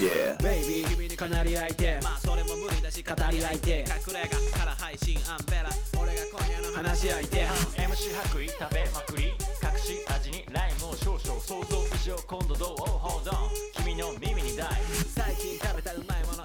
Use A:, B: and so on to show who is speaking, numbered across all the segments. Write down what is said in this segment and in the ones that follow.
A: Yeah
B: ベイビー君にかなり相手
C: まあそれも無理だし語り合いて隠れ家から配信アンベラ俺が今夜の話し相手
D: MC 白衣食べまくり隠し味にライムを少々想像以上今度どう Hold on 君の耳に大
C: 最近食べたうまいもの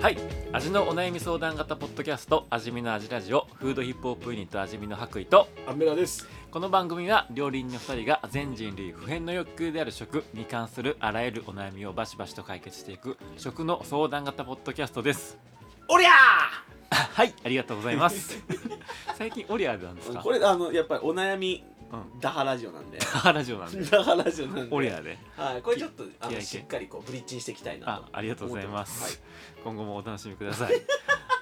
E: はい味のお悩み相談型ポッドキャスト味見の味ラジオフードヒップホップユニット味見の白衣と
A: アンベラです
E: この番組は料理人の2人が全人類普遍の欲求である食に関するあらゆるお悩みをバシバシと解決していく食の相談型ポッドキャストです
A: おりゃ
E: あはいありがとうございます 最近オリアーなんですか
A: これあのやっぱりお悩み
E: うん
A: ダハラジオなんで
E: ラジオなん で
A: ダハラジオなんで
E: オリアーで
A: はいこれちょっとあ
E: 気合
A: の
E: い
A: しっかりこうブリッジしていきたいな
E: あ
A: と
E: ありがとうございます、
A: はい
E: 今後もお楽しみく ださい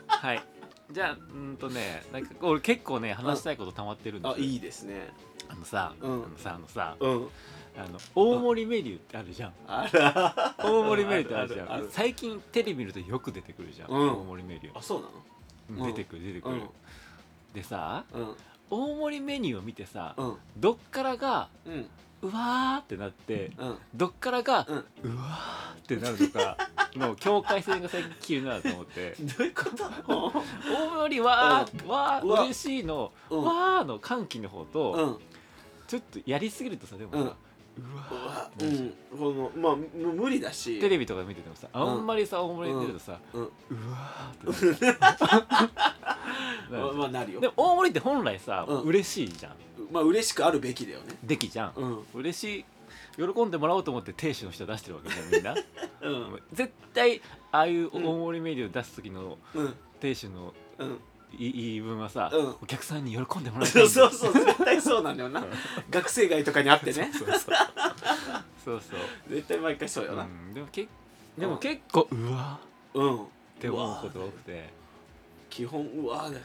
E: はいじゃあうーんとねなんか俺結構ね話したいこと溜まってるんです
A: あ
E: よ
A: いいですね
E: あのさ、
A: うん
E: あのさあのさ
A: うん
E: あの大盛りメニューってあるじゃん
A: あら
E: 大盛りメニューってあるじゃ
A: あるある
E: ん最近テレビ見るとよく出てくるじゃん、
A: うん
E: 大盛りメニュ
A: あそうな
E: ー出てくる出てくる、でさ
A: の
E: 大盛りメニューを見てさ、
A: うんうん
E: どっからが
A: うん
E: うわーってなって
A: うん
E: どっからが、
A: うん
E: うわーってなるとかの境界線が最近切るなと思って
A: どういう こと
E: 大盛りわー、わー
A: うわ
E: 嬉しいの、
A: うん
E: わーの歓喜の方と、
A: うん
E: ちょっとやりすぎるとさでもさ、
A: う
E: うんわー
A: うんこのまあむ無理だし
E: テレビとか見ててもさあんまりさ大盛り出るとさ、
A: うん
E: うわーって
A: ま
E: なる
A: あまあなるよ
E: でも大盛りって本来さ、
A: うん
E: 嬉しいじゃん
A: まあ嬉しくあるべきだよね
E: できじゃん、
A: うん
E: 嬉しい喜んでもらおうと思って亭主の人出してるわけじゃんみんな
A: うん
E: 絶対ああいう大盛りメニュー出す時の
A: うん
E: 亭主の
A: うん
E: 言い言い分はさ、
A: うん
E: お客さんに喜んでもらいたい
A: そ
E: ん
A: う
E: だ
A: そうそう絶対そうなんだよな学生街とかにあってね
E: そうそうそうそうそう
A: 絶対毎回そうよな
E: うんでもけでも結構うわ
A: うん
E: ーって思うこと多くて
A: 基本うわーだよ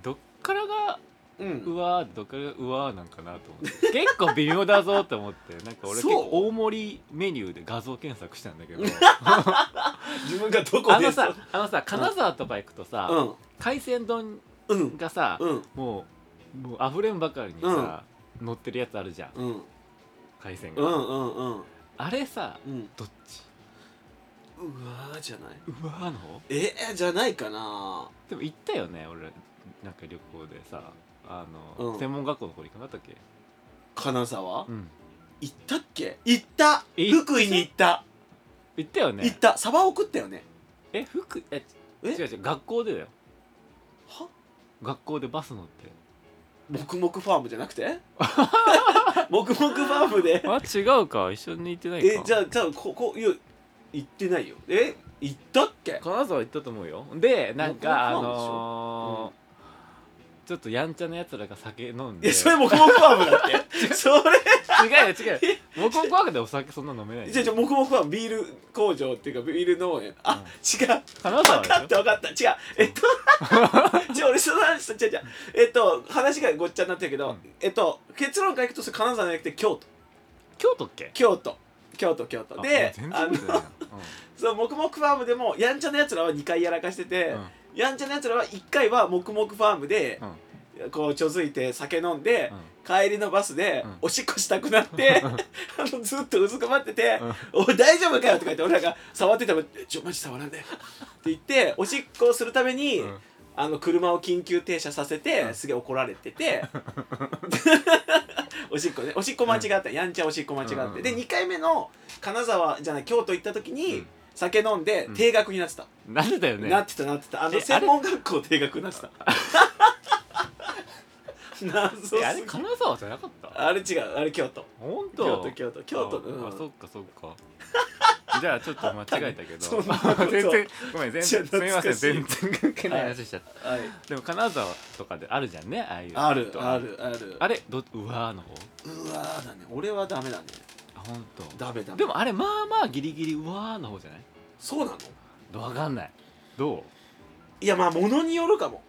E: どっからが
A: う
E: うんわーどっからがうわーなんかなと思って結構微妙だぞと思ってなんか俺結
A: そう
E: 構大盛りメニューで画像検索したんだけ ど
A: 自分がどこで
E: あのさあのさ金沢とか行くとさ、
A: うん
E: 海鮮丼
A: うん
E: がさ、
A: うん
E: もうもう溢れんばかりにさ、乗ってるやつあるじゃん
A: うん
E: 海鮮
A: う
E: が、
A: んうんうん
E: あれさ
A: うん
E: どっち
A: うわーじゃないう
E: わーの方
A: えー、じゃないかな
E: でも行ったよね俺なんか旅行でさあの、
A: うん
E: 専門学校の方に行かなかったっけ、
A: 金沢
E: うん、
A: 行ったっけ行った
E: 行った
A: 福井に行った
E: 行ったよね
A: 行ったサバを食ったよね
E: え服え
A: え
E: 違う違う学校でだよ
A: は
E: 学校でバス乗って
A: 黙々ファームじゃなく て黙々ファームで
E: あ違うか一緒に行ってないか
A: えじゃあじゃあここいや行ってないよえ行ったっけ
E: 金沢行ったと思うよでなんかあ
A: 僕も
E: のーちょっとやんちゃなやつらが酒飲んで
A: えそれ黙々ファームだ ってそれ
E: 違うよ違うよ僕も怖くてお酒そんな飲めないよ
A: じゃあじゃあ黙々ファームビール工場っていうかビール農園あ、違う
E: 金沢
A: 分
E: で
A: かっ
E: した
A: 分かった違うえっと じゃあ俺その話じゃじゃえっと話がごっちゃになってるけど、
E: うん
A: えっと結論からいくとそれ金沢じゃなくて京都
E: 京都っけ
A: 京都京都京都で
E: 全然
A: あ
E: 覚
A: の
E: えてないな
A: その黙々ファームでもやんちゃなやつらは2回やらかしてて、
E: うん
A: やんちゃなやつらは1回は黙々ファームで
E: う、ん
A: こうちょづいて酒飲んで、
E: うん
A: 帰りのバスで
E: うん
A: おしっこしたくなって、
E: うん
A: あのずっとうずくまってて「おい大丈夫かよ」とか言って俺らが触ってても「ちょマジ触らんで」って言っておしっこをするために、
E: うん
A: あの車を緊急停車させて、すげえ怒られて ておしっこねおしっこ間違った、やんちゃおしっこ間違って、
E: うんうんうん
A: で2回目の金沢じゃない京都行った時に、
E: うん
A: 酒飲んで
E: ん
A: 定額になってた、
E: うんなんでだよね
A: なってたなってたあ
E: えあ
A: の
E: れ
A: 専門学校定額にな ってた 謎すぎ
E: えあれ金沢じゃなかった
A: あれ違うあれ京都
E: 本当
A: 京都京都京都
E: あ,、
A: うん
E: そっかそっか じゃあちょっと間違えたけ ど
A: そんなこと
E: 全然ごめん全然
A: ちょ
E: す
A: っ
E: み
A: と懐
E: ませ
A: か
E: ん
A: しい
E: 全然関係ない話しちゃった、
A: はい
E: でも金沢とかであるじゃんねああいう
A: ある
E: と
A: あるある
E: あれどうわーの方
A: うわーだね俺はダメだね
E: あ本当。
A: ダメダメ
E: でもあれまあまあギリギリうわーの方じゃない
A: そうなの
E: わかんないどう
A: いやまあものによるかも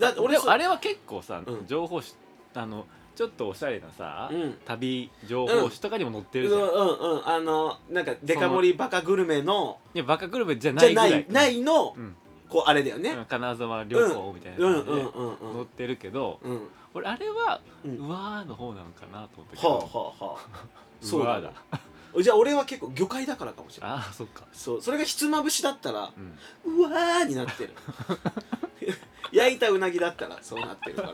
A: だって俺
E: でも
A: そ
E: あれは結構さ、
A: うん
E: 情報誌あのちょっとおしゃれなさ、
A: うん
E: 旅情報誌とかにも載っ
A: う
E: て
A: んう
E: るじゃん、
A: んうんあのなんかデカ盛りバカグルメの
E: いやバカグルメじゃな
A: じゃ
E: いぐ
A: な
E: ら
A: い
E: い
A: ないの、
E: うん
A: こうあれだよね、
E: うん金沢旅行みたいな
A: うんう
E: 感
A: ん
E: じ
A: うん
E: で
A: うんう
E: 載っ
A: ん
E: てるけど、
A: うんは
E: 俺あれは、
A: う
E: うんわーの方なのかなと思ったけ
A: あ
E: ど、
A: はあはあ
E: うわーだ
A: じゃあ俺は結構魚介だからかもしれない
E: ああそっか、
A: そうそれがひつまぶしだったら
E: うん、
A: うわーになってる 焼いたうなぎだったらそうなってるから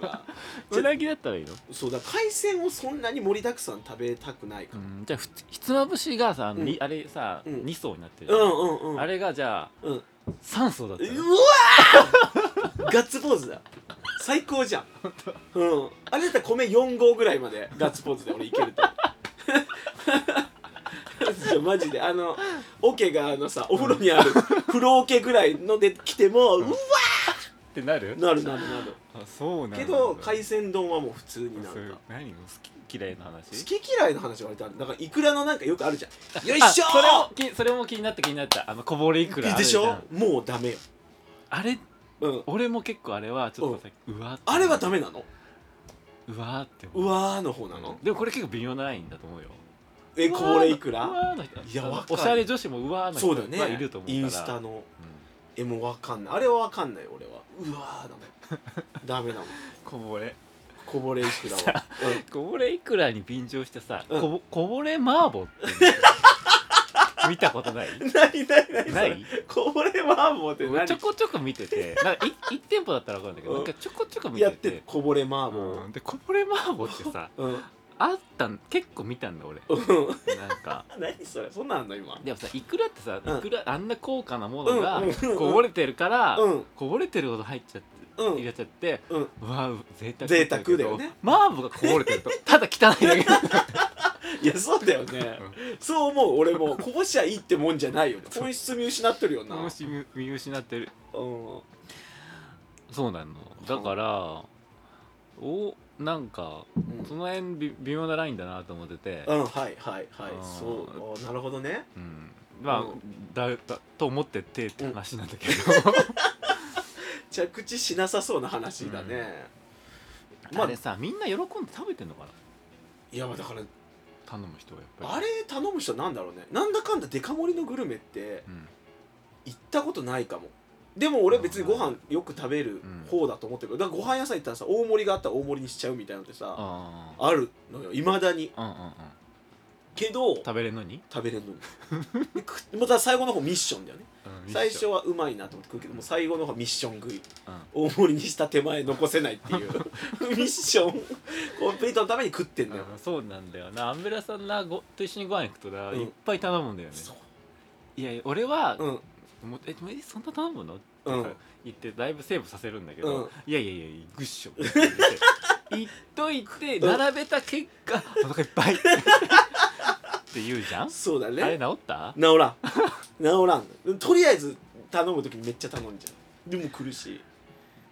A: じゃ
E: うなぎだったらいいの、
A: そうだ海鮮をそんなに盛りだくさん食べたくないから、
E: うん、じゃあふつひつまぶしがさあの、
A: うん
E: にあれさ、
A: うん
E: 2層になってる
A: う
E: じゃん、
A: ん、うんうん
E: あれがじゃあ
A: うんうわ
E: 3層だったの
A: ーガッツポーズだ最高じゃん、うん、あれだったら米4合ぐらいまでガッツポーズで俺いけるといや マジであの桶があのさお風呂にある風呂桶ぐらいので来ても、うわ
E: ってなる
A: なるなるなる
E: あそうなんだ
A: けど海鮮丼はもう普通になん
E: そういう
A: か
E: 何好き嫌いの話
A: 好き嫌いの話は割とあるだからいくらのなんかよくあるじゃんよい
E: あ
A: しょ
E: それもきそれも気になった気になったあのこぼれいくら
A: ー
E: あ
A: で
E: る
A: し
E: じゃん
A: ょもうダメよ、
E: あれ
A: うん、
E: 俺も結構あれはちょっとさうわーって
A: あれはダメなの
E: うわーって
A: う
E: う
A: わーの方なの
E: でもこれ結構微妙なラインだと思うよ
A: えこぼれいく
E: う
A: ら
E: わーの人
A: いや
E: あの
A: わかる
E: おしゃれ女子もうわーの人
A: そうだよね
E: はいると思うから
A: インスタのえもうわかんないあれはわかんない俺はうわーダメダメなの
E: こぼれ
A: こぼれいくらは、うん
E: こぼれいくらに便乗してさ、
A: うん
E: こぼこぼれ麻婆って 見たことない
A: ないないない
E: な
A: それ
E: い
A: こぼれ麻婆って
E: 俺
A: 何
E: ちょこちょこ見ててなんかい一店舗だったら分かるんだけ
A: う
E: ど、
A: ん
E: なんかちょこちょこ見て
A: や
E: て
A: ってるこぼれ麻
E: う
A: 婆
E: ん、でこぼれ麻婆ってさ
A: うん、
E: あったん結構見たんだ俺
A: うん、
E: なんか
A: 何それそんなんあんの今
E: でもさいくらってさ
A: うん
E: いくら、あんな高価なものが
A: うんうんうん
E: こぼれてるから、
A: うん
E: こぼれてるほど入っちゃって、
A: うん
E: 入れちゃって、
A: うん
E: うわう贅沢
A: 贅沢だよね
E: 麻婆がこぼれてるとただ汚いだ け
A: いやそうだよね、そう思う俺もこぼしゃいいってもんじゃないよね本質見失ってるよな、うん
E: も、し見見失ってる
A: こ
E: そうなのだからおなんか
A: ん
E: その辺び微妙なラインだなと思ってて、
A: うんはいはいはい
E: うん
A: そうあなるほどね
E: うんまあ、
A: うん
E: だだと思っててって話なんだけど、
A: 着地しなさそうな話だね、ま
E: あ
A: あ
E: れさみんな喜んで食べてんのかない
A: やまあだから
E: 頼む人はやっぱり
A: あれ頼む人なんだろうねなんだかんだデカ盛りのグルメって
E: うん
A: 行ったことないかもでも俺別にご飯よく食べる方だと思ってるけどだからご飯屋さん行ったらさ大盛りがあったら大盛りにしちゃうみたいなのってさ
E: あ
A: あるのよいまだに
E: あうんうんうん
A: けど
E: 食べれんのに、
A: 食べれるのにでく また最後の方ミッションだよね
E: うん
A: 最初はうまいなと思って食うけどもう最後の方はミッション食い
E: うん
A: 大盛りにした手前残せない っていうミッションコンプリートのために食ってんだよ、
E: うんそうなんだよなアンベラさんなごと一緒にご飯行くとな、
A: うん
E: いっぱい頼むんだよね
A: そう
E: いやいや俺は、
A: うん
E: もうええそんな頼むのって
A: うん
E: 言ってだいぶセーブさせるんだけ
A: う
E: ど、
A: ん
E: いやいやいや グッションって言って言っといて
A: うん
E: 並べた結果、お腹いっぱいって言うじゃん、
A: そうだ
E: あ
A: ね
E: れ治った
A: 治らん 治らんとりあえず頼む時にめっちゃ頼んじゃうでも苦しい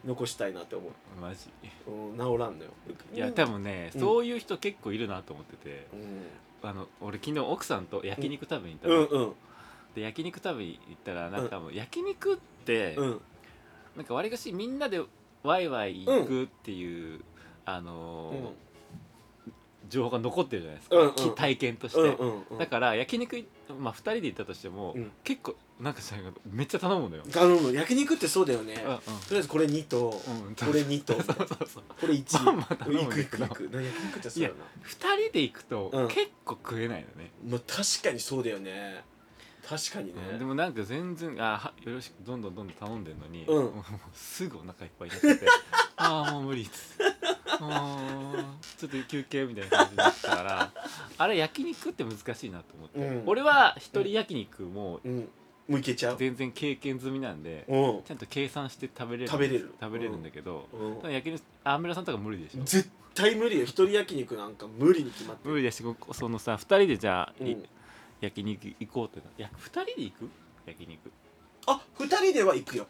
A: 残したいなって思う、
E: マジ
A: うん、治らんのよ
E: いや多、分ね、
A: うん
E: そういう人結構いるなと思ってて
A: う
E: あの俺昨日奥さんと焼肉食べに行った
A: ん、う
E: の、
A: んうん
E: で焼肉食べに行ったらなんかもう焼肉って、
A: うん
E: なんかわりかしみんなでワイワイ行くっていう、あのー
A: うん
E: 情報が残ってるじゃないですか、
A: うんうん
E: き体験として、
A: うんうんうん
E: だから焼肉い、まあ、2人で行ったとしても、
A: うん
E: 結構なんかしないけどめっちゃ頼むのよ、
A: 頼む焼肉ってそうだよね
E: うんうん
A: とりあえずこれ2と、
E: うん
A: これ2と
E: そうそうそう
A: これ1
E: まんま頼む
A: い
E: んだ
A: く
E: け
A: いく
E: ど
A: いくな焼肉ってそうだよな
E: 2人で行くと、
A: うん
E: 結構食えないのね、
A: まあ、確かにそうだよね確かにね、
E: でもなんか全然あはよろしくどんどんどんどん頼んでるのに、
A: うん
E: もすぐお腹いっぱいになっちゃって ああもう無理っすあーちょっと休憩みたいな感じになったからあれ焼肉って難しいなと思って、
A: うん
E: 俺は一人焼肉も
A: うんもういけちゃう
E: 全然経験済みなんで、
A: うん
E: ちゃんと計算して食べれる
A: 食べれる
E: 食べれるんだけど、
A: うん
E: 多分焼肉あんめらさんとか無理でしょ
A: 絶対無理よ一人焼肉なんか無理に決まって
E: 無
A: る、
E: 理だしこそのさ2人でじゃあ、
A: うん
E: い焼肉行こうってな2人で行く焼肉
A: あ二人では行くよ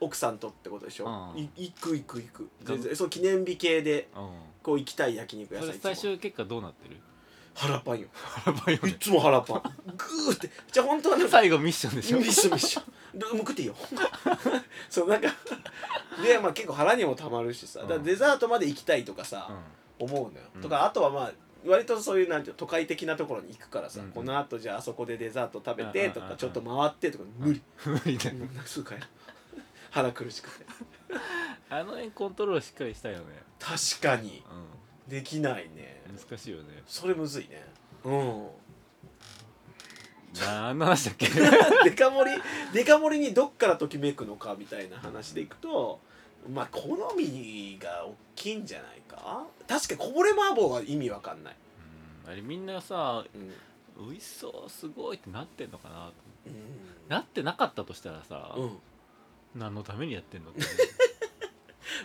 A: 奥さんとってことでしょ、
E: うん
A: い行く行く行く全然そう記念日系で
E: う
A: こう行きたい焼肉
E: ん
A: 屋
E: そ
A: さん
E: れ
A: いつも
E: 最終結果どうなってる
A: 腹パンよ
E: 腹ばいよ
A: いつも腹パングーってじゃあ本当はなんか
E: 最後ミッションでしょ
A: ミッションミッションどもう食っていいよそうなんかで、まあ、結構腹にもたまるしさだからデザートまで行きたいとかさ、思うのよ、
E: うん
A: とかあとはまあ割とそういうなんていうの都会的なところに行くからさ、
E: うん
A: このあとじゃああそこでデザート食べ
E: うんうん
A: て
E: うん
A: とかちょっと回ってとか無理
E: 無理だ
A: もうすぐ帰る腹苦しくて
E: あの辺コントロールしっかりしたいよね、
A: 確かに
E: う
A: できないね
E: ん、難しいよね
A: それむずいねうん
E: 何の話だっ け
A: デカ盛りデカ盛りにどっからときめくのかみたいな話でいくとまあ好みが大きいんじゃないか確かにこぼれ麻婆は意味わかんない、
E: あれみんなさ
A: うんうん
E: 美味しそうすごいってなってんのかななってなかったとしたらさ、
A: うん、
E: 何のためにやってんの って、ね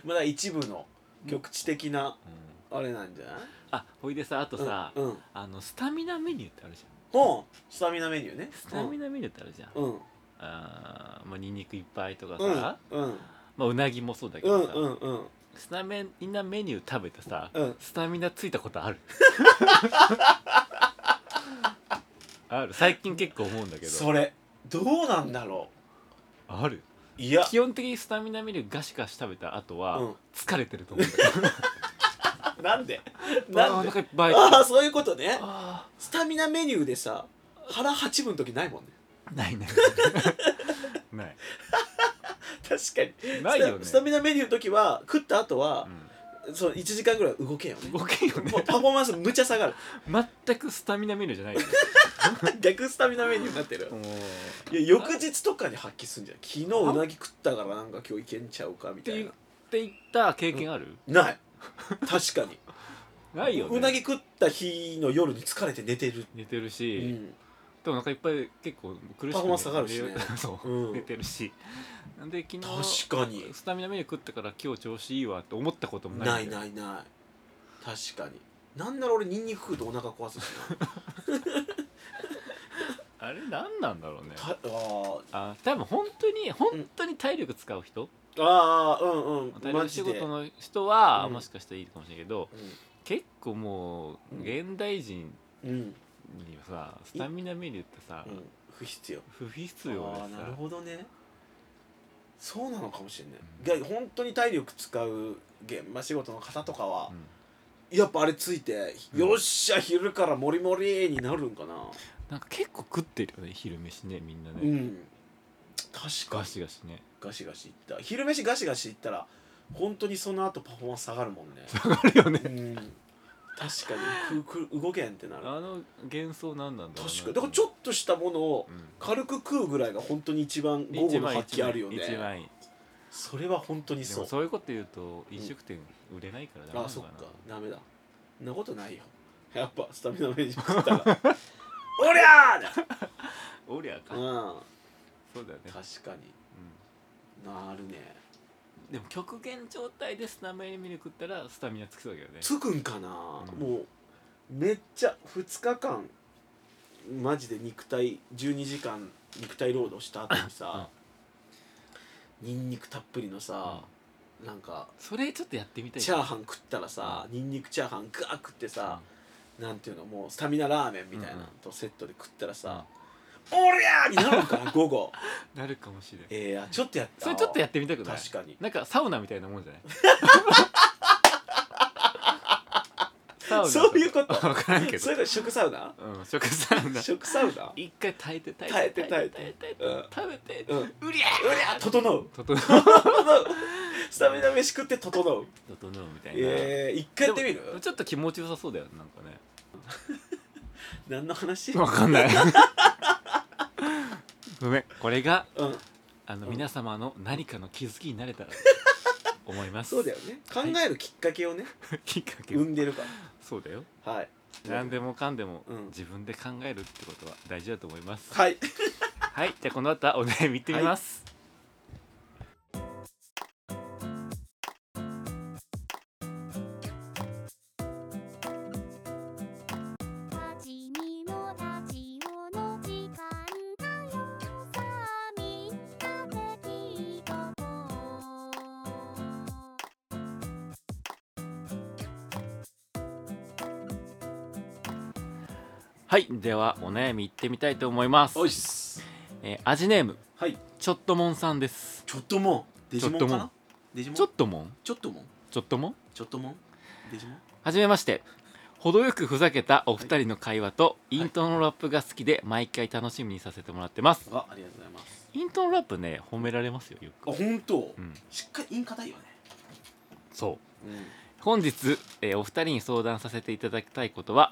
A: まだ一部の局地的な
E: うん、
A: あれなんじゃない
E: あほいでさあとさ、
A: うんうん
E: あのスタミナメニューってあるじゃん
A: うんスタミナメニューね
E: スタミナメニューってあるじゃん、
A: うん
E: あーまあニンニクいっぱいとかさ、
A: うんうん
E: ま
A: うん
E: あ、うなぎもそうだけ
A: うん
E: どさ、
A: うんうん
E: スタミナメニュー食べてさ、
A: うん
E: スタミナついたことある ある最近結構思うんだけど
A: それどうなんだろ
E: ある
A: ういや
E: 基本的にスタミナメニューガシガシ食べた後は、
A: うん
E: 疲れてると思うんだけど
A: なんで
E: あ ー
A: な
E: お
A: んで
E: 腹いっぱい
A: ああそういうことね
E: あ
A: スタミナメニューでさ腹八分の時ないもんね
E: ーな いないない
A: 確かに
E: ないよね
A: スタスタミナメニューの時は食った後は
E: う、ん
A: その1時間ぐらいは動けんよね
E: 動けんよね
A: もうパフォーマンスむちゃ下がる
E: 全くスタミナメニューじゃないよね
A: 逆スタミナメニューになってる
E: もう
A: いや翌日とかに発揮すんじゃん昨日うなぎ食ったからなんか今日いけんちゃうかみ
E: って
A: たい
E: 言
A: な
E: っていった経験ある、
A: ない確かに
E: ないよね
A: うなぎ食った日の夜に疲れて寝てる、
E: 寝てる
A: う
E: し、
A: ん、
E: でもなんかいっぱい結構苦しく
A: パフォーマンス下がるしね
E: 寝そう、
A: うん
E: 寝てるしなんで昨日
A: 確かに
E: スタミナメニュー食ったから今日調子いいわって思ったこともな
A: ないい
E: んだよ
A: ないない確かになんなら俺ニンニク食うとお腹壊すし な
E: あれ何なんだろうね
A: たあー
E: あ多分本当に本当に体力使う人、
A: あーうんう
E: 体
A: ん
E: 力
A: マ
E: 仕
A: ジで
E: 事の人は、
A: うん
E: もしかしたらいいかもしれないけど
A: う
E: 結構もう
A: うん
E: 現代人
A: ん、うん
E: にはさスタミナメニューってさ、
A: うん、不必要
E: 不必要
A: あ
E: で
A: あなる
E: さ
A: ほどねそうなのかもしれない、いや本当に体力使う現場仕事の方とかは
E: う、ん
A: やっぱあれついて、
E: うん
A: よっしゃ昼からモリモリになるんかな
E: なんか結構食ってるよね昼飯ねみんなね、
A: うん確か
E: ガ
A: に
E: シガシね
A: ガシガシいった昼飯ガシガシいったら本当にその後パフォーマンス下がるもんね
E: あるよね
A: うん確かにくく動けんってなる
E: あの幻想何なんだろうな
A: 確かにだからちょっとしたものを
E: うん
A: 軽く食うぐらいが本当に一番午後の発揮あるよね
E: 一番いい
A: それは本当に
E: で
A: そ
E: も
A: う
E: そういうこと言うと飲食店売れないからダメな
A: あ
E: の
A: そっ
E: か
A: か
E: な
A: ダメだそんなことないよやっぱスタミナメニュー食 ったら「おりゃー!」だ
E: おりゃか
A: うん
E: そうだよね
A: 確かになるね
E: うんでも極限状態でスタミナメニュー食ったらスタミナつきそうだけどね
A: つくんかな、
E: うん
A: もうめっちゃ2日間マジで肉体12時間肉体労働した後にさ、ニンニクたっぷりのさ、なんか
E: それちょっとやってみたい
A: チャーハン食ったらさ、ニンニクチャーハンガー食ってさ、なんていうのもうスタミナラーメンみたいなのとセットで食ったらさ「おりゃー!」になるのかな午 後
E: なるかもしれない
A: えーいやちょっとやった
E: それちょっとやってみたくない
A: 確かに
E: なんかサウナみたいなもんじ ゃないサウナ
A: そういう こと
E: 分からんけ
A: そ
E: ど
A: れが食サウナ
E: うん食サウナ
A: 食サウナ
E: 一回耐えて耐えて
A: 耐えて
E: 耐えて
A: 耐えて
E: 食べて
A: うん
E: うりゃ
A: うりゃー整う
E: 整う
A: 整うスタミナ飯食って整う
E: 整うみたいな、
A: えー、一回やってみる
E: でもちょっと気持ちよさそうだよねなんかね
A: 何の話
E: わかんないごめんこれが
A: うん
E: あの、
A: うん
E: 皆様の何かの気づきになれたら思います
A: そうだよね考えるきっかけをね、
E: きっかけ、
A: 生んでるか
E: そうだよ
A: らはい
E: 何でもかんでも、
A: うん
E: 自分で考えるってことは大事だと思いますはい、
A: はい
E: じゃあこの後はお悩みいってみます、
F: 立ちにも立ちよの時間だよさあみんなで聞いとこう
E: はい、ではお悩みいってみたいと思います
A: おいっす
E: えー、アジネーム
A: はい
E: 「ちょっともんさんです
A: ちょっともんデジモンか
E: ちょっとも
A: なんデジモン
E: ちょっともん
A: ちょっともん
E: ちょっともん
A: ちょっともんデジモン
E: はじめまして程よくふざけたお二人の会話とイントロのラップが好きで毎回楽しみにさせてもらってます
A: あありがとうございます
E: イントロラップね褒められますよよ
A: あ
E: く
A: 本当、
E: うん
A: しっかりイン硬いよね
E: そう
A: うん
E: 本日、えーお二人に相談させていただきたいことは、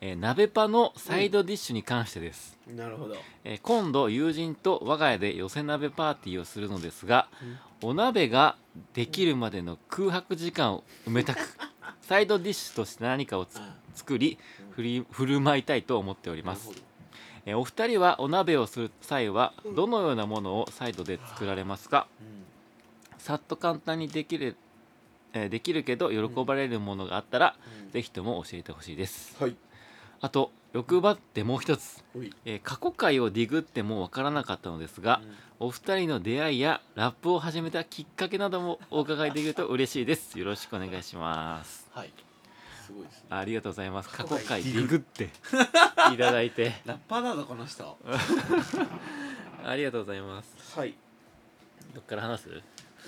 E: えー鍋パのサイドディッシュに関してです、
A: なるほど
E: えー今度友人と我が家で寄せ鍋パーティーをするのですが、お鍋ができるまでの空白時間を埋めたくサイドディッシュとして何かをつ
A: あ
E: 作り
A: うん
E: 振り振る舞いたいと思っており
A: な
E: ま
A: る
E: す
A: ほ、ど
E: えーお二人はお鍋をする際はどのようなものをサイドで作られますか
A: うん
E: さっと簡単にできる、えーできるけど喜ばれるものがあったら、
A: うん
E: ぜひとも教えてほしいです
A: はい
E: あと欲張ってもう一つ、
A: おい
E: えー過去回をディグってもわからなかったのですが、お二人の出会いやラップを始めたきっかけなどもお伺いできると嬉しいですよろしくお願いします
A: はいすごいですね
E: ありがとうございます
A: 過
E: 過去
A: 去
E: 回
A: 回
E: デ
A: デ
E: ィ
A: ィ
E: グ
A: グ
E: って いただいて
A: ラッパーだぞこの人は
E: ありがとうございます
A: い
E: どっから話す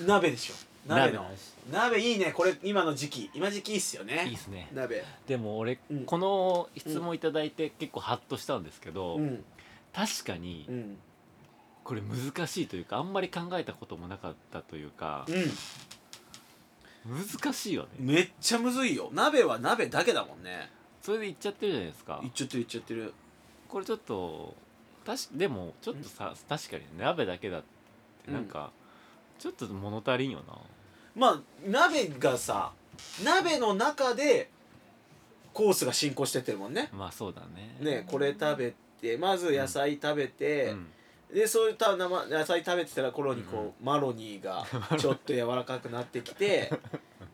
A: 鍋でしょ鍋の
E: 話
A: 鍋いいねこれ今の時期今時期いいっすよね
E: いいですね
A: 鍋
E: でも俺、
A: うん
E: この質問いただいて結構ハッとしたんですけど、
A: うん
E: 確かに
A: うん
E: これ難しいというかあんまり考えたこともなかったというか
A: う
E: 難しいよね
A: んめっちゃむずいよ鍋は鍋だけだもんね
E: それでいっちゃってるじゃないですか
A: いっちゃってるいっちゃってる
E: これちょっと確かでもちょっとさ確かに鍋だけだってなんか、ちょっと物足りんよな
A: まあ鍋がさ鍋の中でコースが進行してってるもんね
E: まあそうだね
A: ねこれ食べてまず野菜食べて、
E: うん
A: でそういった生野菜食べてたら頃にこう、マロニー がちょっと柔らかくなってきて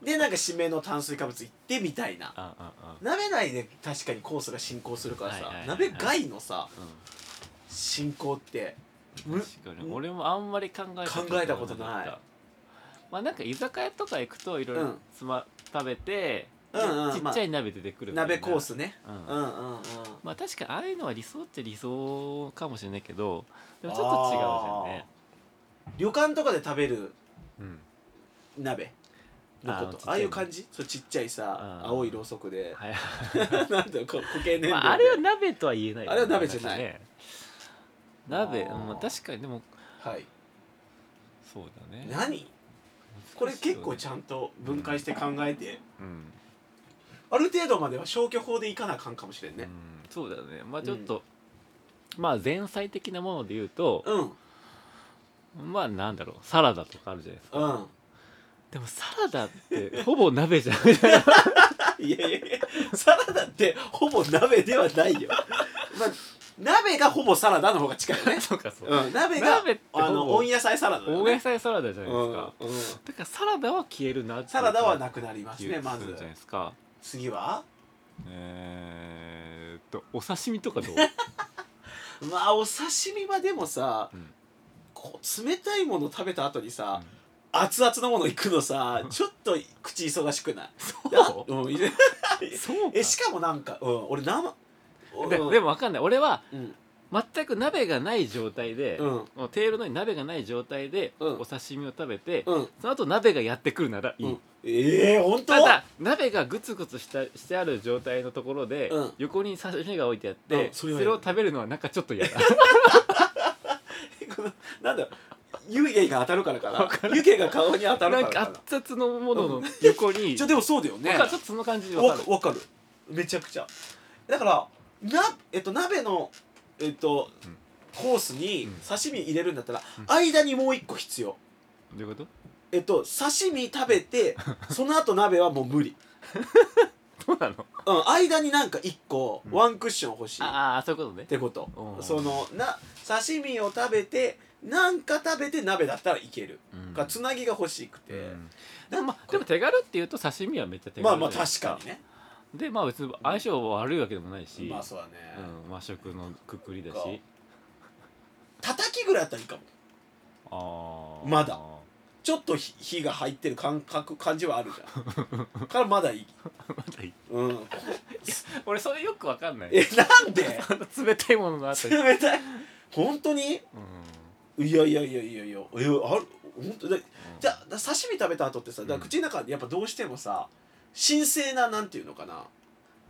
A: でなんか締めの炭水化物いってみたいな
E: あああ
A: 鍋内で確かにコースが進行するからさ、
E: はいはいはい
A: 鍋外のさ
E: う
A: 進行って
E: ん
A: む
E: 確かに
A: む
E: 俺もあんまり考えた
A: 考えたことない
E: かったまあなんか居酒屋とか行くといろいうろ
A: ん
E: つま食べて、
A: うんうん
E: ちっちゃい鍋出てくるからね
A: 鍋コースね
E: うん
A: うんうんうん
E: まあ確かにああいうのは理想って理想かもしれないけどでもちょっと違うじゃんね
A: 旅館とかで食べる
E: うん
A: 鍋のこ
E: あーちっ
A: と
E: ちゃい
A: ああいう感じそうちっちゃいさ
E: うん
A: 青いろうそくで
E: は い
A: なんだろうこ固形燃料で、
E: まあ、あれは鍋とは言えないよね、
A: あれは鍋じゃない
E: ね鍋、
A: あー
E: まあ、確かにでも
A: はい
E: そうだね
A: 何これ結構
E: ゃ
A: ちゃんと分解して考えて、
E: うん、
A: ある程度までは消去法でいかなあかんかもしれん
E: う
A: ね
E: ん、そうだねまあちょっと、まあ前菜的なもので言うと、
A: うん
E: まあなんだろうサラダとかあるじゃないですか
A: うん、
E: でもサラダって ほぼ鍋じゃない
A: いやいやいやサラダって ほぼ鍋ではないよ、まあ、鍋がほぼサラダの方が近いよね、
E: そうかそう
A: うん、鍋が
E: 鍋ってほぼ
A: あの温野菜サラダだよ
E: 大野
A: ね
E: 菜サラダじゃないですか、
A: うんうん
E: だからサラダは消えるなっていう
A: サラダはなくなりま
E: って
A: す
E: いう
A: ねまず
E: するじゃないですか
A: 次は
E: えー、っとお刺身とかどう
A: まあお刺身はでもさ、
E: うん
A: こう冷たいもの食べた後にさ、
E: うん
A: 熱々のもの行くのさちょっと口忙しくない
E: そう
A: うんいや
E: そうか
A: えしかもなんか、うん、俺生
E: で
A: うん
E: でもわかんない俺は
A: うん
E: 全く鍋がない状態で、
A: うん
E: もうテールの上に鍋がない状態で
A: うん
E: お刺身を食べて、
A: うん
E: その後鍋がやってくるならいい、
A: うんええ本当
E: ただ鍋がグツグツしたしてある状態のところで、
A: うん
E: 横に刺身が置いてあって、
A: うん
E: そ
A: そ
E: れ
A: れは
E: を食べるのは なんかちょっと嫌だ
A: このなんだろう湯気が当たるからかな湯気が顔に当た
E: な
A: る
E: ん
A: から
E: か
A: かな
E: 熱々のものの横に、
A: じゃあでもそうだよね
E: わかるちょっとその感じわか
A: わ
E: る
A: かわかるめちゃくちゃだからな、えっと、鍋の、えっと
E: ん
A: コースに
E: うん
A: 刺身入れるんだったら、間にもう一個必要
E: どういうこと
A: えっと刺身食べてその後鍋はもう無理
E: そうなの
A: うん間になんか一個
E: うん
A: ワンクッション欲しい、っ
E: ああそういうことね
A: てこと
E: うん
A: そのな刺身を食べてなんか食べて鍋だったらいける、
E: うん
A: かつなぎが欲しくて、
E: うん
A: でも
E: まあでも手軽っていうと刺身はめっちゃ手軽
A: まあ
E: じ
A: まあ
E: ゃないです
A: 確かにね
E: でまあ別に相性悪いわけでもないし、
A: まあそうだね、
E: うん、和食のくくりだ
A: そっか
E: し
A: 叩きぐらいだったらいいかも
E: あー
A: まだちょっと火火が入ってる感覚感じはあるじゃ んからまだいい、
E: まだいい
A: うん、
E: 俺それよくわかんない
A: えなんで
E: あの冷たいもののあたり、うん、
A: 冷たい本当にいやいやいやいやいやえある本当だじゃあだ刺身食べた後ってさだから口の中でやっぱどうしてもさ神聖ななんていうのかな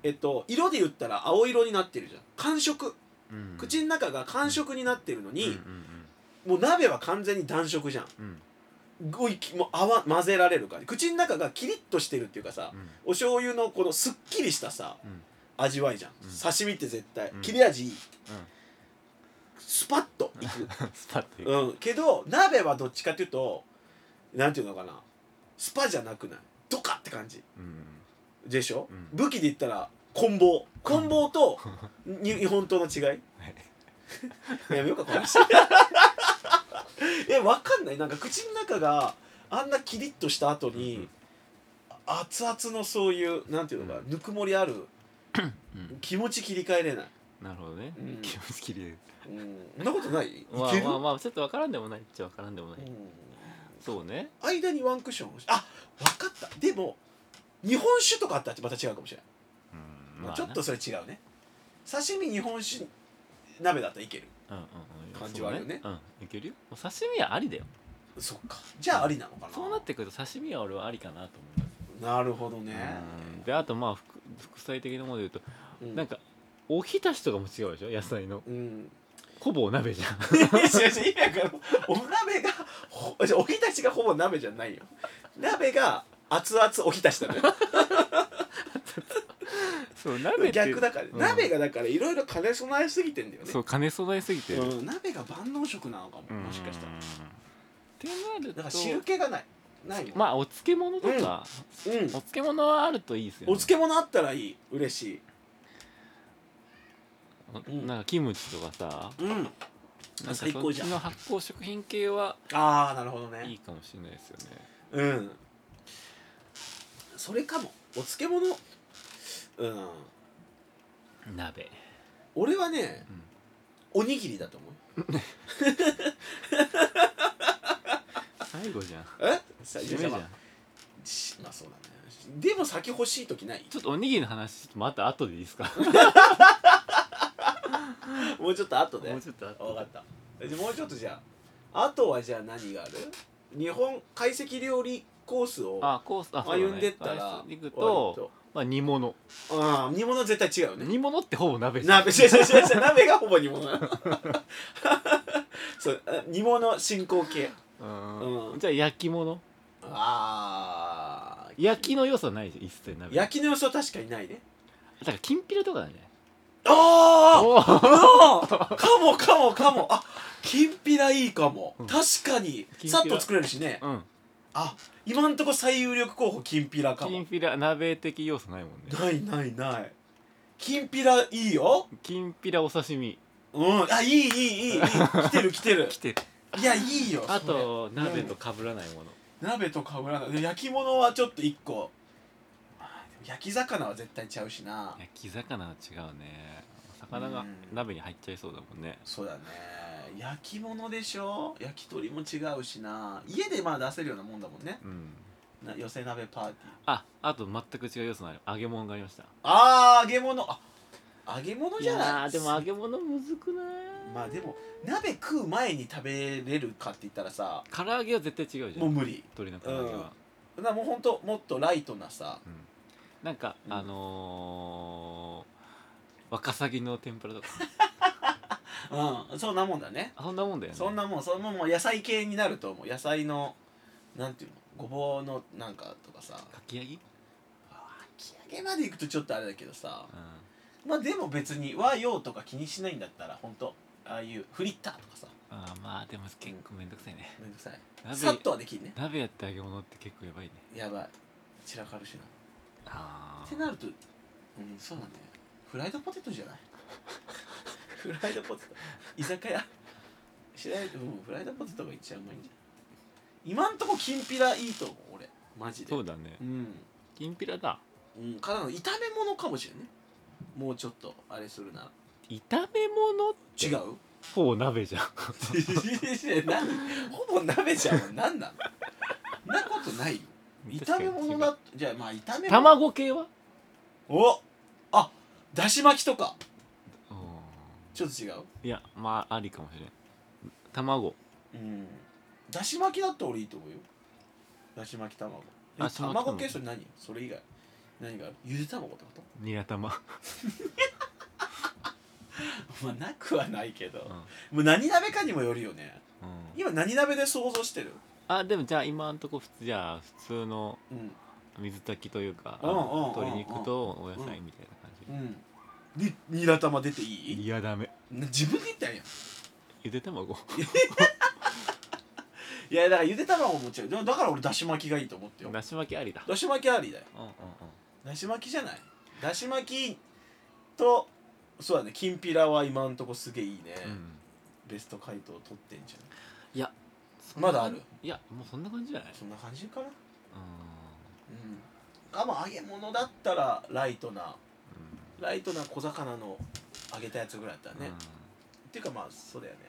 A: えっと色で言ったら青色になってるじゃん感触
E: うん
A: 口の中が感触になってるの
E: うん
A: に、もう鍋は完全に暖色じゃん
E: うんうん
A: ごいきもう泡混ぜられるから口の中がキリッとしてるっていうかさ、
E: うん
A: お醤油のこのすっきりしたさ、
E: うん
A: 味わいじゃん、
E: うん
A: 刺身って絶対、
E: うん
A: 切れ味いい、スパッといく、
E: スパっていう
A: うん、けど鍋はどっちかっていうとなんていうのかなスパじゃなくないドカって感じ
E: うん
A: でしょ、
E: うん
A: 武器で言ったら棍棒棍棒 とに日本刀の違いやめようかこの 話えわかんないなんか口の中があんなキリッとした後に、
E: うん
A: 熱々のそういうなんていうのか、
E: うん
A: ぬくもりある
E: うん
A: 気持ち切り替えれない、
E: なるほどね
A: うん
E: 気持ち切り
A: うん、そんなことないい
E: まあ
A: ける、
E: まあまあちょっとわからんでもないっちゃわからんでもな
A: う
E: い
A: ん
E: そうね
A: 間にワンクッションをしあわかったでも日本酒とかあったらまた違うかもしれない
E: うん
A: ま
E: ま
A: あ、
E: あ
A: ちょっとそれ違うね刺身日本酒鍋だったらいける
E: なうんうんうん
A: 感じはあるよね
E: そううんいけるよもう刺身はありだよ
A: そっかじゃあありなのかな
E: そうなってくると刺身は俺はありかなと思います
A: なるほどね
E: うんであとまあ副副菜的なもので言うと
A: うん
E: なんかおひたしとかも違うでしょ野菜の
A: うん、
E: ほぼお鍋じゃん
A: いやいやいやお鍋がほおひたしがほぼ鍋じゃないよ鍋が熱々おひたしだね
E: そう鍋って
A: 逆だから、
E: うん
A: 鍋がだからいろいろ兼ね備えすぎてんだよね
E: そう兼ね備えすぎてる
A: うん鍋が万能食なのかも
E: うん
A: もしかしたら
E: ってなる
A: だから
E: と
A: 汁気がないないもん
E: まあお漬物とか、
A: うん
E: お漬物はあるといいですよ、ね、
A: お漬物あったらいい嬉しいうん
E: なんかキムチとかさ
A: うん
E: なんかそ
A: 最高
E: っ
A: じ
E: ち
A: ゃん
E: の発酵食品系は
A: ああなるほどね
E: いいかもしれないですよね
A: うんそれかもお漬物うん
E: 鍋
A: 俺はね、おにぎりだと思う
E: 最後じゃん
A: えさ
E: 締めじゃん
A: しまあそうだねでも先欲しい時ない
E: ちょっとおにぎりの話また後でいいですか
A: もうちょっと後で
E: もうちょっと後
A: 分かったじゃあもうちょっとじゃああとはじゃあ何がある日本懐石料理コースを
E: あコースあそうだね
A: 歩んでったら
E: 行く
A: 割
E: と、まあ、煮物
A: とああ煮物は絶対違うよね
E: 煮物ってほぼ鍋じゃん
A: 鍋 違う違う違う違う鍋がほぼ煮物 なのそうあ煮物進行形
E: うん
A: うん
E: じゃあ焼き物
A: ああ
E: 焼きの要素ないじゃん一切鍋だ
A: 焼きの予想確かにないね
E: からきんぴらとかだね
A: あ
E: おー
A: あかもかもかもあきんぴらいいかも、
E: うん
A: 確かに
E: きんぴら
A: さっと作れるしね
E: うん
A: あ今んとこ最有力候補きんぴらか
E: き
A: も
E: んぴら鍋的要素ないもんね
A: ないないないきんぴらいいよ
E: きんぴらお刺身
A: うんあいいいいいいいい来てる来てる
E: 来てる
A: いやいいよ
E: あ
A: それ
E: と鍋とかぶらないもの
A: 鍋とかぶらないで焼き物はちょっと一個あーでも焼き魚は絶対ちゃうしな
E: 焼き魚は違うね魚が
A: うん
E: 鍋に入っちゃいそうだもんね
A: そうだね焼き物でしょ焼き鳥も違うしな家でまあ出せるようなもんだもんね
E: うん
A: な寄せ鍋パーティー
E: ああと全く違う要素のある揚げ物がありました
A: あー揚げ物あ揚げ物じゃない
E: ーでも揚げ物むずくない
A: まあでも鍋食う前に食べれるかって言ったらさ
E: 唐揚げは絶対違うじゃ
A: もうん無理
E: 鶏の唐揚げは、
A: だからもうほんともっとライトなさ
E: なんか、
A: うん
E: あのー、ワカサギの天ぷ らとか
A: うんそんなもんだね
E: そんなもんだよね
A: そんなもんそんなもん野菜系になると思う野菜のなんていうのごぼうのなんかとかさ
E: かき揚げ、うん、
A: き揚げまで行くとちょっとあれだけどさまあでも別に和洋とか気にしないんだったらほんとああいうフリッターとかさ
E: あーまあでも結構めんどくさいね
A: めんどくさいさっ
E: 鍋
A: とはできんね
E: 鍋やって揚げ物って結構やばいね
A: やばい散らかるしな
E: あ
A: ってなるとうんそうだねフライドポテトじゃない フライドポテト居酒屋しないとうんフライドポテトが一番うまいんじゃん今んとこきんぴらいいと思う俺マジで
E: そうだね
A: うん、
E: きんぴらだ
A: うん、からの炒め物かもしれんねもうちょっとあれするなら
E: 炒め物
A: 違う
E: ほぼ鍋じゃん
A: 何ほぼ鍋じゃん何なのそんなことないよ炒め物だじゃあまあ炒め物
E: 卵系は
A: おあだし巻きとか
E: うん
A: ちょっと違う
E: いやまあありかもしれん卵
A: うんだし巻きだって俺いいと思うよだし巻き卵え
E: だし巻き卵
A: 卵系それ何それ以外何があるゆで卵ってこ
E: ニラ玉
A: と まあなくはないけど、
E: ん
A: もう何鍋かにもよるよね
E: うん
A: 今何鍋で想像してる
E: あでもじゃあ今んとこ普通じゃあ普通の
A: うん
E: 水炊きというか
A: うんうんうんうん
E: 鶏肉とお野菜みたいな感じ
A: うんにニラ玉出ていい
E: いやダメ
A: 自分で言ったんやん
E: ゆで卵
A: いやだからゆで卵も違うでもだから俺だし巻きがいいと思ってよ
E: だし巻きありだ
A: だし巻きありだよ
E: うんうんうん
A: だし巻きじゃないだし巻きとそうだねきんぴらは今んとこすげえいいね、
E: うん
A: ベスト回答取ってんじゃない
E: いや
A: まだある
E: いやもうそんな感じじゃない
A: そんな感じかな
E: う
A: うんあまあ揚げ物だったらライトなん
E: うん
A: ライトな小魚の揚げたやつぐらいだったらね、
E: うん
A: っていうかまあそうだよね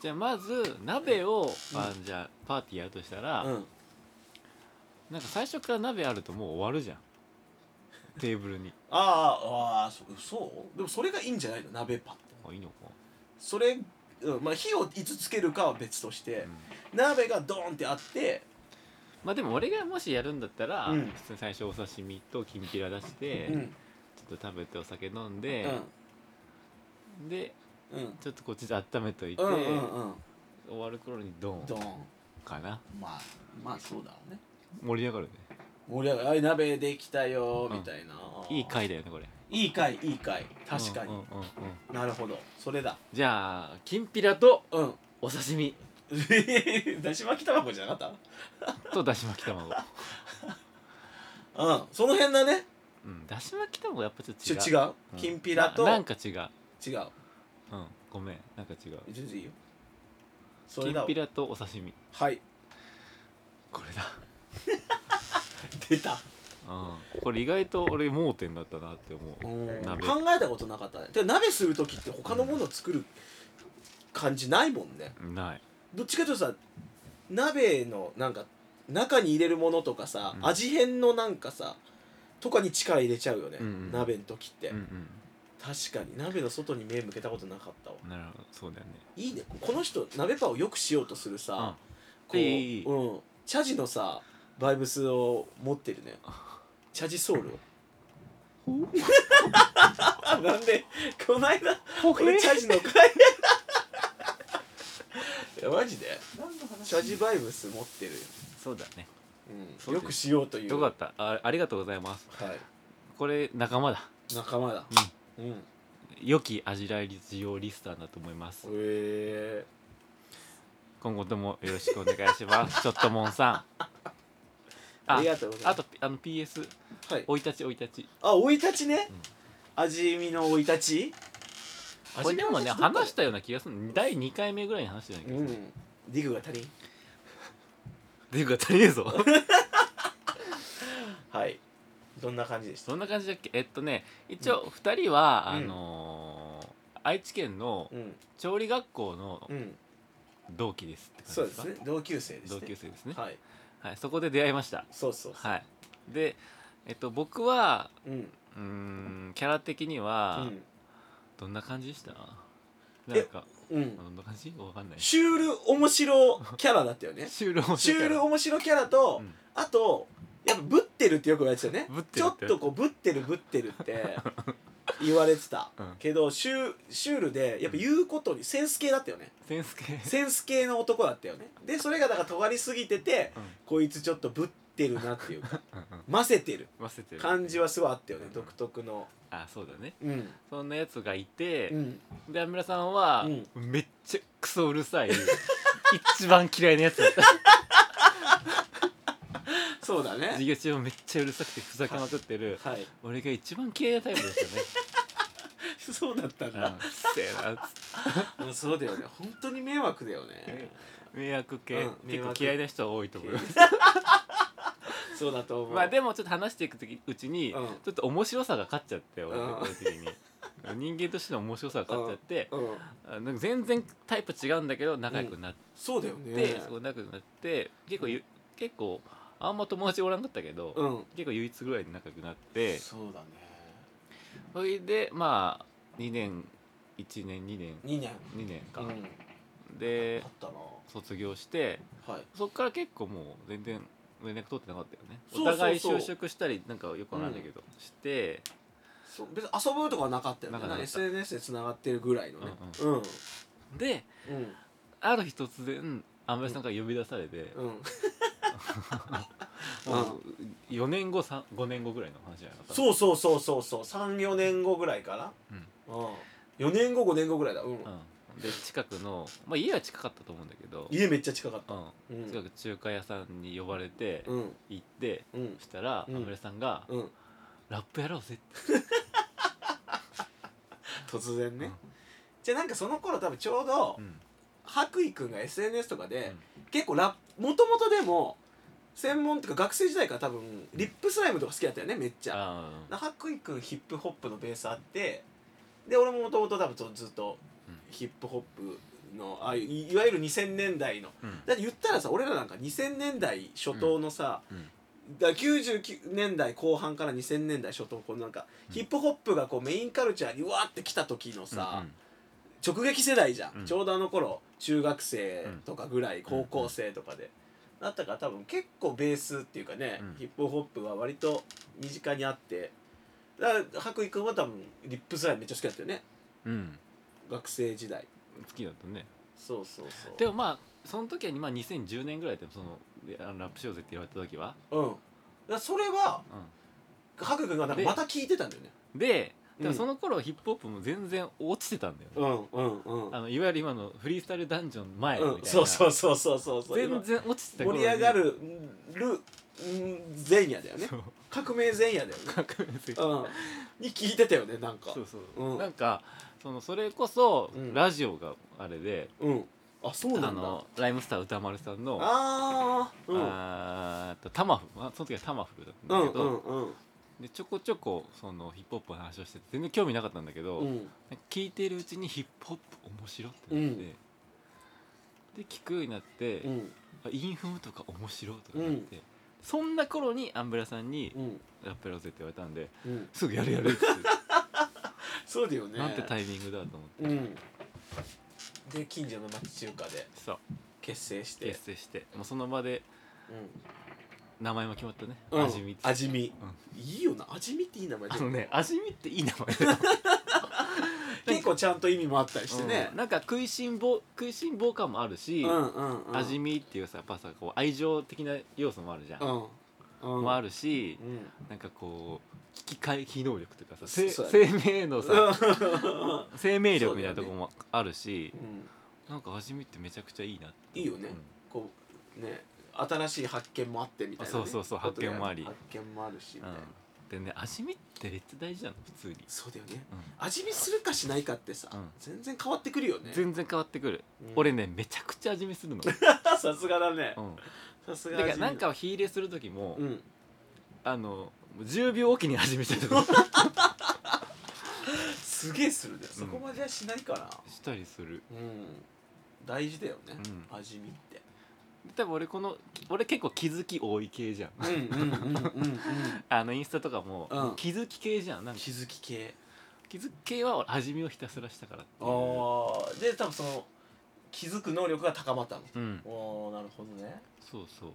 E: じゃあまず鍋を、
A: うん
E: あじゃあパーティーやるとしたら、
A: うん
E: なんか最初から鍋あるともう終わるじゃんテーブルに
A: あーあーそそうでもそれがいいんじゃないの鍋パって
E: あいいのか、
A: それ、うんまあ、火をいつつけるかは別として
E: う、ん
A: 鍋がドーンってあって
E: まあでも俺がもしやるんだったら、
A: うん
E: 普通に最初お刺身ときんぴら出して、
A: うん
E: ちょっと食べてお酒飲ん
A: う
E: で
A: ん、
E: で
A: うん
E: ちょっとこっちで温めといて、
A: うんうんうん
E: 終わる頃にドン
A: ドーン
E: かな
A: まあまあそうだろうね
E: 盛り上がるね
A: 盛り上がるあれ鍋できたよ
E: うん
A: みたいな、
E: いい回だよねこれ
A: いい回いい回確かに、
E: うんうんうんうん
A: なるほどそれだ
E: じゃあきんぴらと
A: うん
E: お刺身
A: だし巻き卵じゃなかっ
E: とだし 巻き卵
A: たうんその辺だね
E: うんだし巻き卵やっぱちょっと
A: ち
E: 違
A: ょ違
E: う
A: う
E: うん
A: きんぴらと
E: ななんか違う
A: 違う
E: うんごめんなんか違う
A: 全然いいよそ
E: き
A: れだ
E: ん
A: わ
E: ぴらとお刺身
A: はい
E: これだ
A: 出た
E: うんこれ意外と俺盲点だったなって思う
A: 考
E: 鍋
A: えたことなかったねで鍋する時って他のものを作る感じないもんね
E: ない
A: どっちかというとさ鍋のなんか中に入れるものとかさ、
E: うん
A: 味変のなんかさとかに力入れちゃうよね、
E: うんうん
A: 鍋の時って、
E: うん
A: 確かに鍋の外に目向けたことなかったわ
E: うんなるほどそうだよね
A: いいねこの人鍋パンをよくしようとするさ、こう
E: いいいいいい
A: うんチャジのさバイブスを持ってるねチャジソウルを なんでこないだ俺チャジの会いやマジでチャジバイブス持ってるよ、
E: そうだね
A: うん、よくしようという
E: よかったあありがとうございます
A: はい
E: これ仲間だ
A: 仲間だうん、うん、
E: 良き味ライジオリスターだと思います
A: え
E: 今後ともよろしくお願いします ちょっともんさん
A: ありがとうございます
E: あとあの PS
A: ー、はい
E: 生い立ち生い立ち
A: あ生い立ちね、
E: うん
A: 味見の生い立ち
E: これでもね
A: 味見の生い
E: 話
A: 立
E: し
A: ち
E: たような気がする第2回目ぐらいに話してないけ
A: ど
E: ど、
A: こでうんディグが足りん
E: っていうか足りねえぞ
A: はいどんな感じでした
E: そんな感じだっけえっとね一応2人は、
A: うん
E: あのー愛知県の
A: うん
E: 調理学校の
A: うん
E: 同期ですって
A: そ
E: 感
A: うで
E: じですすか
A: ね同級生ですね
E: 同級生ですね、
A: はい
E: はい、そこで出会いました
A: そうそうそ
E: はいでえっと僕は
A: ううん
E: うーんキャラ的に
A: う
E: は、
A: ん
E: どんな感じでした
A: え
E: なんか
A: うん
E: どんな感じわかんない
A: シュール面白キャラだったよね
E: シュール面
A: シ
E: 白
A: ュー
E: いから
A: ル面白キャラと、
E: うん
A: あとやっぱぶってるってよく言われてたよね
E: ぶって
A: ち
E: る
A: ょ
E: っ
A: ってとこうぶってるぶってるって 言われてた、
E: うん
A: けどシュシュールでやっぱ言うことにセンス系だったよね
E: センス系
A: センス系の男だったよねでそれがだから尖りすぎてて、
E: うん
A: こいつちょっとぶってるなっていう か
E: うんうん
A: ませてる
E: 忘れてる
A: 感じはすごいあったよね、
E: うん
A: 独特の
E: あそうだね
A: うん
E: そんなやつがいて、
A: うん
E: でアンミラさんは、
A: うん
E: めっちゃクソうるさい 一番嫌いなやつだ った
A: そうだね
E: 授業中もめっちゃうるさくてふざけまくってる
A: はい
E: 俺が一番嫌いなタイプでした
A: そうだったん
E: ね、うん、う
A: だ
E: っ、せえな
A: うん、そうだよね本当に迷惑だよね
E: 迷惑系、
A: うん迷
E: 結構
A: 惑
E: 嫌いな人は多いと思います
A: そうだと思う
E: まあでもちょっと話していくうちに、
A: うん
E: ちょっと面白さが勝っちゃって俺
A: うん
E: 俺的に人間としての面白さが勝っちゃって、
A: うん
E: あなんか全然タイプ違うんだけど仲良くなって、
A: そうだよね
E: そう仲良くなって結構ゆ、結構あんま友達おらんかったけど、
A: うん
E: 結構唯一ぐらいに仲良くなって
A: そうだね
E: それでまあ2年1年2年
A: 2年
E: 2年か、
A: うん
E: で
A: あったな
E: 卒業して
A: はい
E: そっから結構もう全然連絡取ってなかったよね
A: そうそうそう
E: お互い就職したりなんかよくわかんないけど、して
A: そう別に遊ぶとかはなかったよね
E: なかっ
A: な
E: た
A: んか SNS でつながってるぐらいのねうんうん
E: で
A: うん
E: ある日突然安倍さんから呼び出されて、
A: うん
E: も う4年後さん5年後ぐらいの話じゃなかった
A: そうそうそうそうそう34年後ぐらいかな
E: うん
A: うん4年後5年後ぐらいだうん
E: うん、で近くの、まあ、家は近かったと思うんだけど、
A: 家めっちゃ近かった
E: う、
A: うん
E: 近
A: ん
E: く中華屋さんに呼ばれて
A: うん
E: 行って、
A: うん
E: そしたら
A: うん
E: 安倍さんが、
A: うん
E: ラップやろうぜ」って
A: 突然ね
E: うん
A: じゃあなんかその頃多分ちょうど
E: うん
A: 白衣くんが SNS とかで
E: うん
A: 結構ラップもともとでも専門とか学生時代から多分リップスライムとか好きだったよねめっちゃ
E: あー
A: 白衣くんヒップホップのベースあってで俺ももともと多分ずっと
E: うん
A: ヒップホップのああいういいわゆる2000年代の
E: うん
A: だって言ったらさ俺らなんか2000年代初頭のさ、
E: うんうん
A: だから99年代後半から2000年代初頭こうなんかヒップホップがこうメインカルチャーにうわーって来た時のさ、直撃世代じゃん、
E: うん
A: ちょうどあの頃中学生とかぐらい、高校生とかで、だったから多分結構ベースっていうかね、
E: うん
A: ヒップホップは割と身近にあってだから白衣くんは多分リップスライムめっちゃ好きだったよね
E: うんうん
A: 学生時代
E: うん好きだったね
A: そうそうそう
E: でもまあその時は、まあ、2010年ぐらいでそのであのラップしようぜって言われた時は、
A: うんだからそれは
E: う
A: 白衣くんがなんかまた聞いてたんだよね
E: ん、でで
A: う
E: も
A: ん
E: その頃ヒップホップも全然落ちてたんだよね、
A: うんうんうん
E: あのいわゆる今のフリースタイルダンジョン前みたいな、
A: うん、そうそうそうそうそうそう
E: 全然落ちてた
A: 盛り上がるる前夜だよね
E: そう
A: 革命前夜だよね、
E: 革命的
A: うん、に聞いてたよねなんか
E: そうそう、
A: うん
E: なんかそのそれこそ、
A: うん
E: ラジオがあれで
A: うんあそうな
E: あ
A: んだ
E: のライムスター歌丸さんのあ
A: あー
E: ーっとタマフあその時はタマフルだった
A: うんん
E: だ
A: う
E: け
A: ん
E: ど、
A: うんうん
E: でちょこちょこそのヒップホップの話をしてて全然興味なかったんだけど、
A: うん
E: 聞いてるうちにヒップホップ面白ってなって、で聞くようになって、
A: うん
E: あインフムとか面白とかなって、そんな頃にアンブラさんに
A: うん
E: 「ラッペローゼ」って言われたんで
A: うん
E: すぐやる やるって言って
A: そうだよね
E: なんてタイミングだと思って
A: うんで近所の町中華で
E: さ
A: 結成して
E: 結成してもうその場で名前も決まったね、
A: うん、
E: 味見って
A: 味見、いいよな味見っていい名前
E: あ
A: だ
E: の
A: よ
E: ね味見っていい名前だよ
A: 結構ちゃんと意味もあったり してね
E: うん、なんか食いしん坊食いしん坊感もあるし、
A: うんうんうん
E: 味見っていうさやっぱさこう愛情的な要素もあるじゃん、
A: うんうん
E: もあるし
A: う、ん
E: なんかこう危機回避能力とかさせ
A: そうだ
E: 生命のさ生命力みたいな
A: そ
E: と
A: うだよね
E: こもあるし、
A: うん
E: なんか味見ってめちゃくちゃいいなって
A: いいよねこうね新しい発見もあってみたいなね、
E: あそうそうそう
A: ことだよね
E: 発見もあり
A: 発見もあるしみ
E: う
A: た
E: ん
A: いな、
E: うん、でね味見ってめっちゃ大事なの普通に、
A: そうだよね
E: うん
A: 味見するかしないかってさ、
E: うん
A: 全然変わってくるよね
E: 全然変わってくる、
A: うん
E: 俺ねめちゃくちゃ味見するの、
A: さすがだね
E: うん、
A: さす
E: だ
A: が
E: か
A: 味
E: ら
A: 見
E: なんかを火入れする時も、
A: うん
E: あのもう10秒おきに味見したりとか
A: すげえするねそこまではしないかな
E: したりする
A: うん、大事だよね、
E: う
A: 味見って
E: 多分俺この俺結構気づき多い系じゃん
A: うんうんうんうんうん
E: あのインスタとかも、
A: うん
E: 気づき系じゃんなんか
A: 気づき系
E: 気づき系は俺味見をひたすらしたからって
A: あ
E: いう
A: ーで多分その気づく能力が高まったの
E: うん
A: おーなるほどね
E: そうそう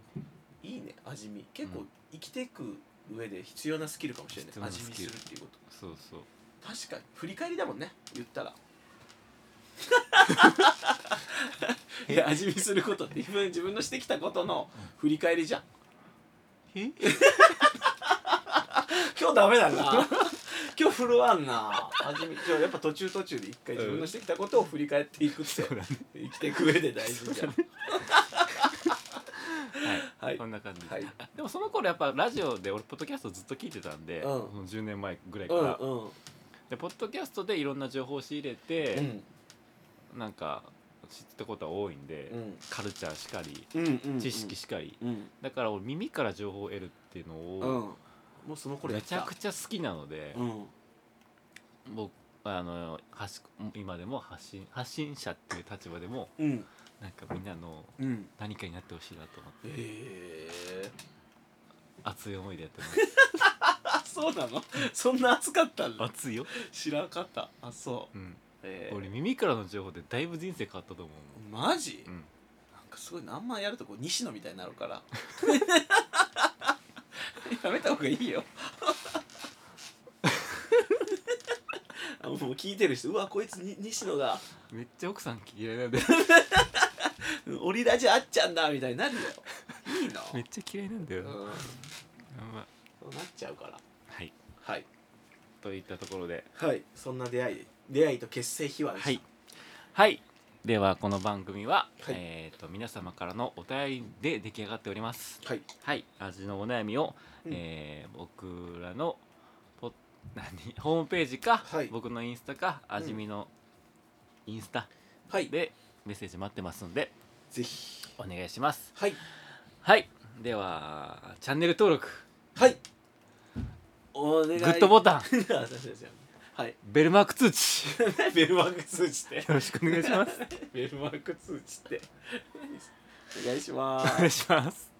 A: いいね味見結
E: う
A: 構
E: ん
A: 生きていく上で必要なスキルかもしれ
E: 必要
A: ない
E: な
A: 味
E: ス
A: 見
E: キ
A: す
E: ル
A: るっていうこ
E: そうそう
A: と確かに振り返りだもんね言った らいや味見することって自分自分のしてきたことの振り返りじゃん
E: え
A: 今日ダメだな今日振るわんな味見今日やっぱ途中途中で一回自分のしてきたことを振り返っていくって、
E: うだね
A: 生きていく上で大事じゃん、
E: はい、
A: はい
E: こんな感じで、
A: はい
E: でもその頃やっぱラジオで俺ポッドキャストずっと聞いてたんで、
A: うん
E: その10年前ぐらいか
A: う
E: ら、
A: んうん
E: でポッドキャストでいろんな情報を仕入れ
A: う
E: て、
A: ん
E: なんか知ったことは多いんで、
A: うん
E: カルチャーしかり
A: うんうん
E: 知識しかり、
A: うん
E: だから俺耳から情報を得るっていうの
A: うん
E: を、
A: もうその頃や
E: め
A: っ
E: ち
A: た
E: ゃくちゃ好きなので、
A: うん
E: 僕あの発今でも発信発信者っていう立場でも
A: うん
E: なんかみんなの
A: うん
E: 何かになってほしいなと思って
A: へえ
E: 熱い思いでやってます
A: あそうなのそんな暑かったんだ
E: 熱いよ、
A: 知らんかったあそ
E: うん、
A: うえー
E: 俺耳からの情報でだいぶ人生変わったと思う
A: マジ、
E: うん
A: なんかすごい何枚やるとこう西野みたいになるから やめた方がいい よあもう聞いてる人うわこいつに西野が
E: めっちゃ奥さん嫌いなんだよ
A: オリラジあっちゃんだみたいになるよいいな
E: めっちゃ嫌いなんだよ、
A: うん、
E: やば
A: そうなっちゃうから
E: はい
A: はい
E: といったところで
A: はいそんな出会い出会いと結成秘話でした
E: はいはいではこの番組は、
A: はい
E: えー、と皆様からのお便りで出来上がっております
A: はい
E: はい味のお悩みを、
A: うん
E: えー僕らのポ何ホームページか、
A: はい
E: 僕のインスタか味見のインスタ
A: はい
E: でメッセージ待ってますので
A: ぜひ
E: お願いします
A: はい
E: はいではチャンネル登録
A: はいお願い
E: グッドボタン
A: はい
E: ベルマーク通知
A: ベルマーク通知って
E: よろしくお願いします
A: ベルマーク通知ってお願いしま
E: お願いします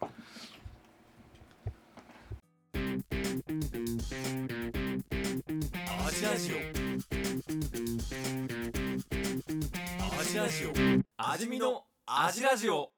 C: アジラジオアジラジオ味見のアジラジオ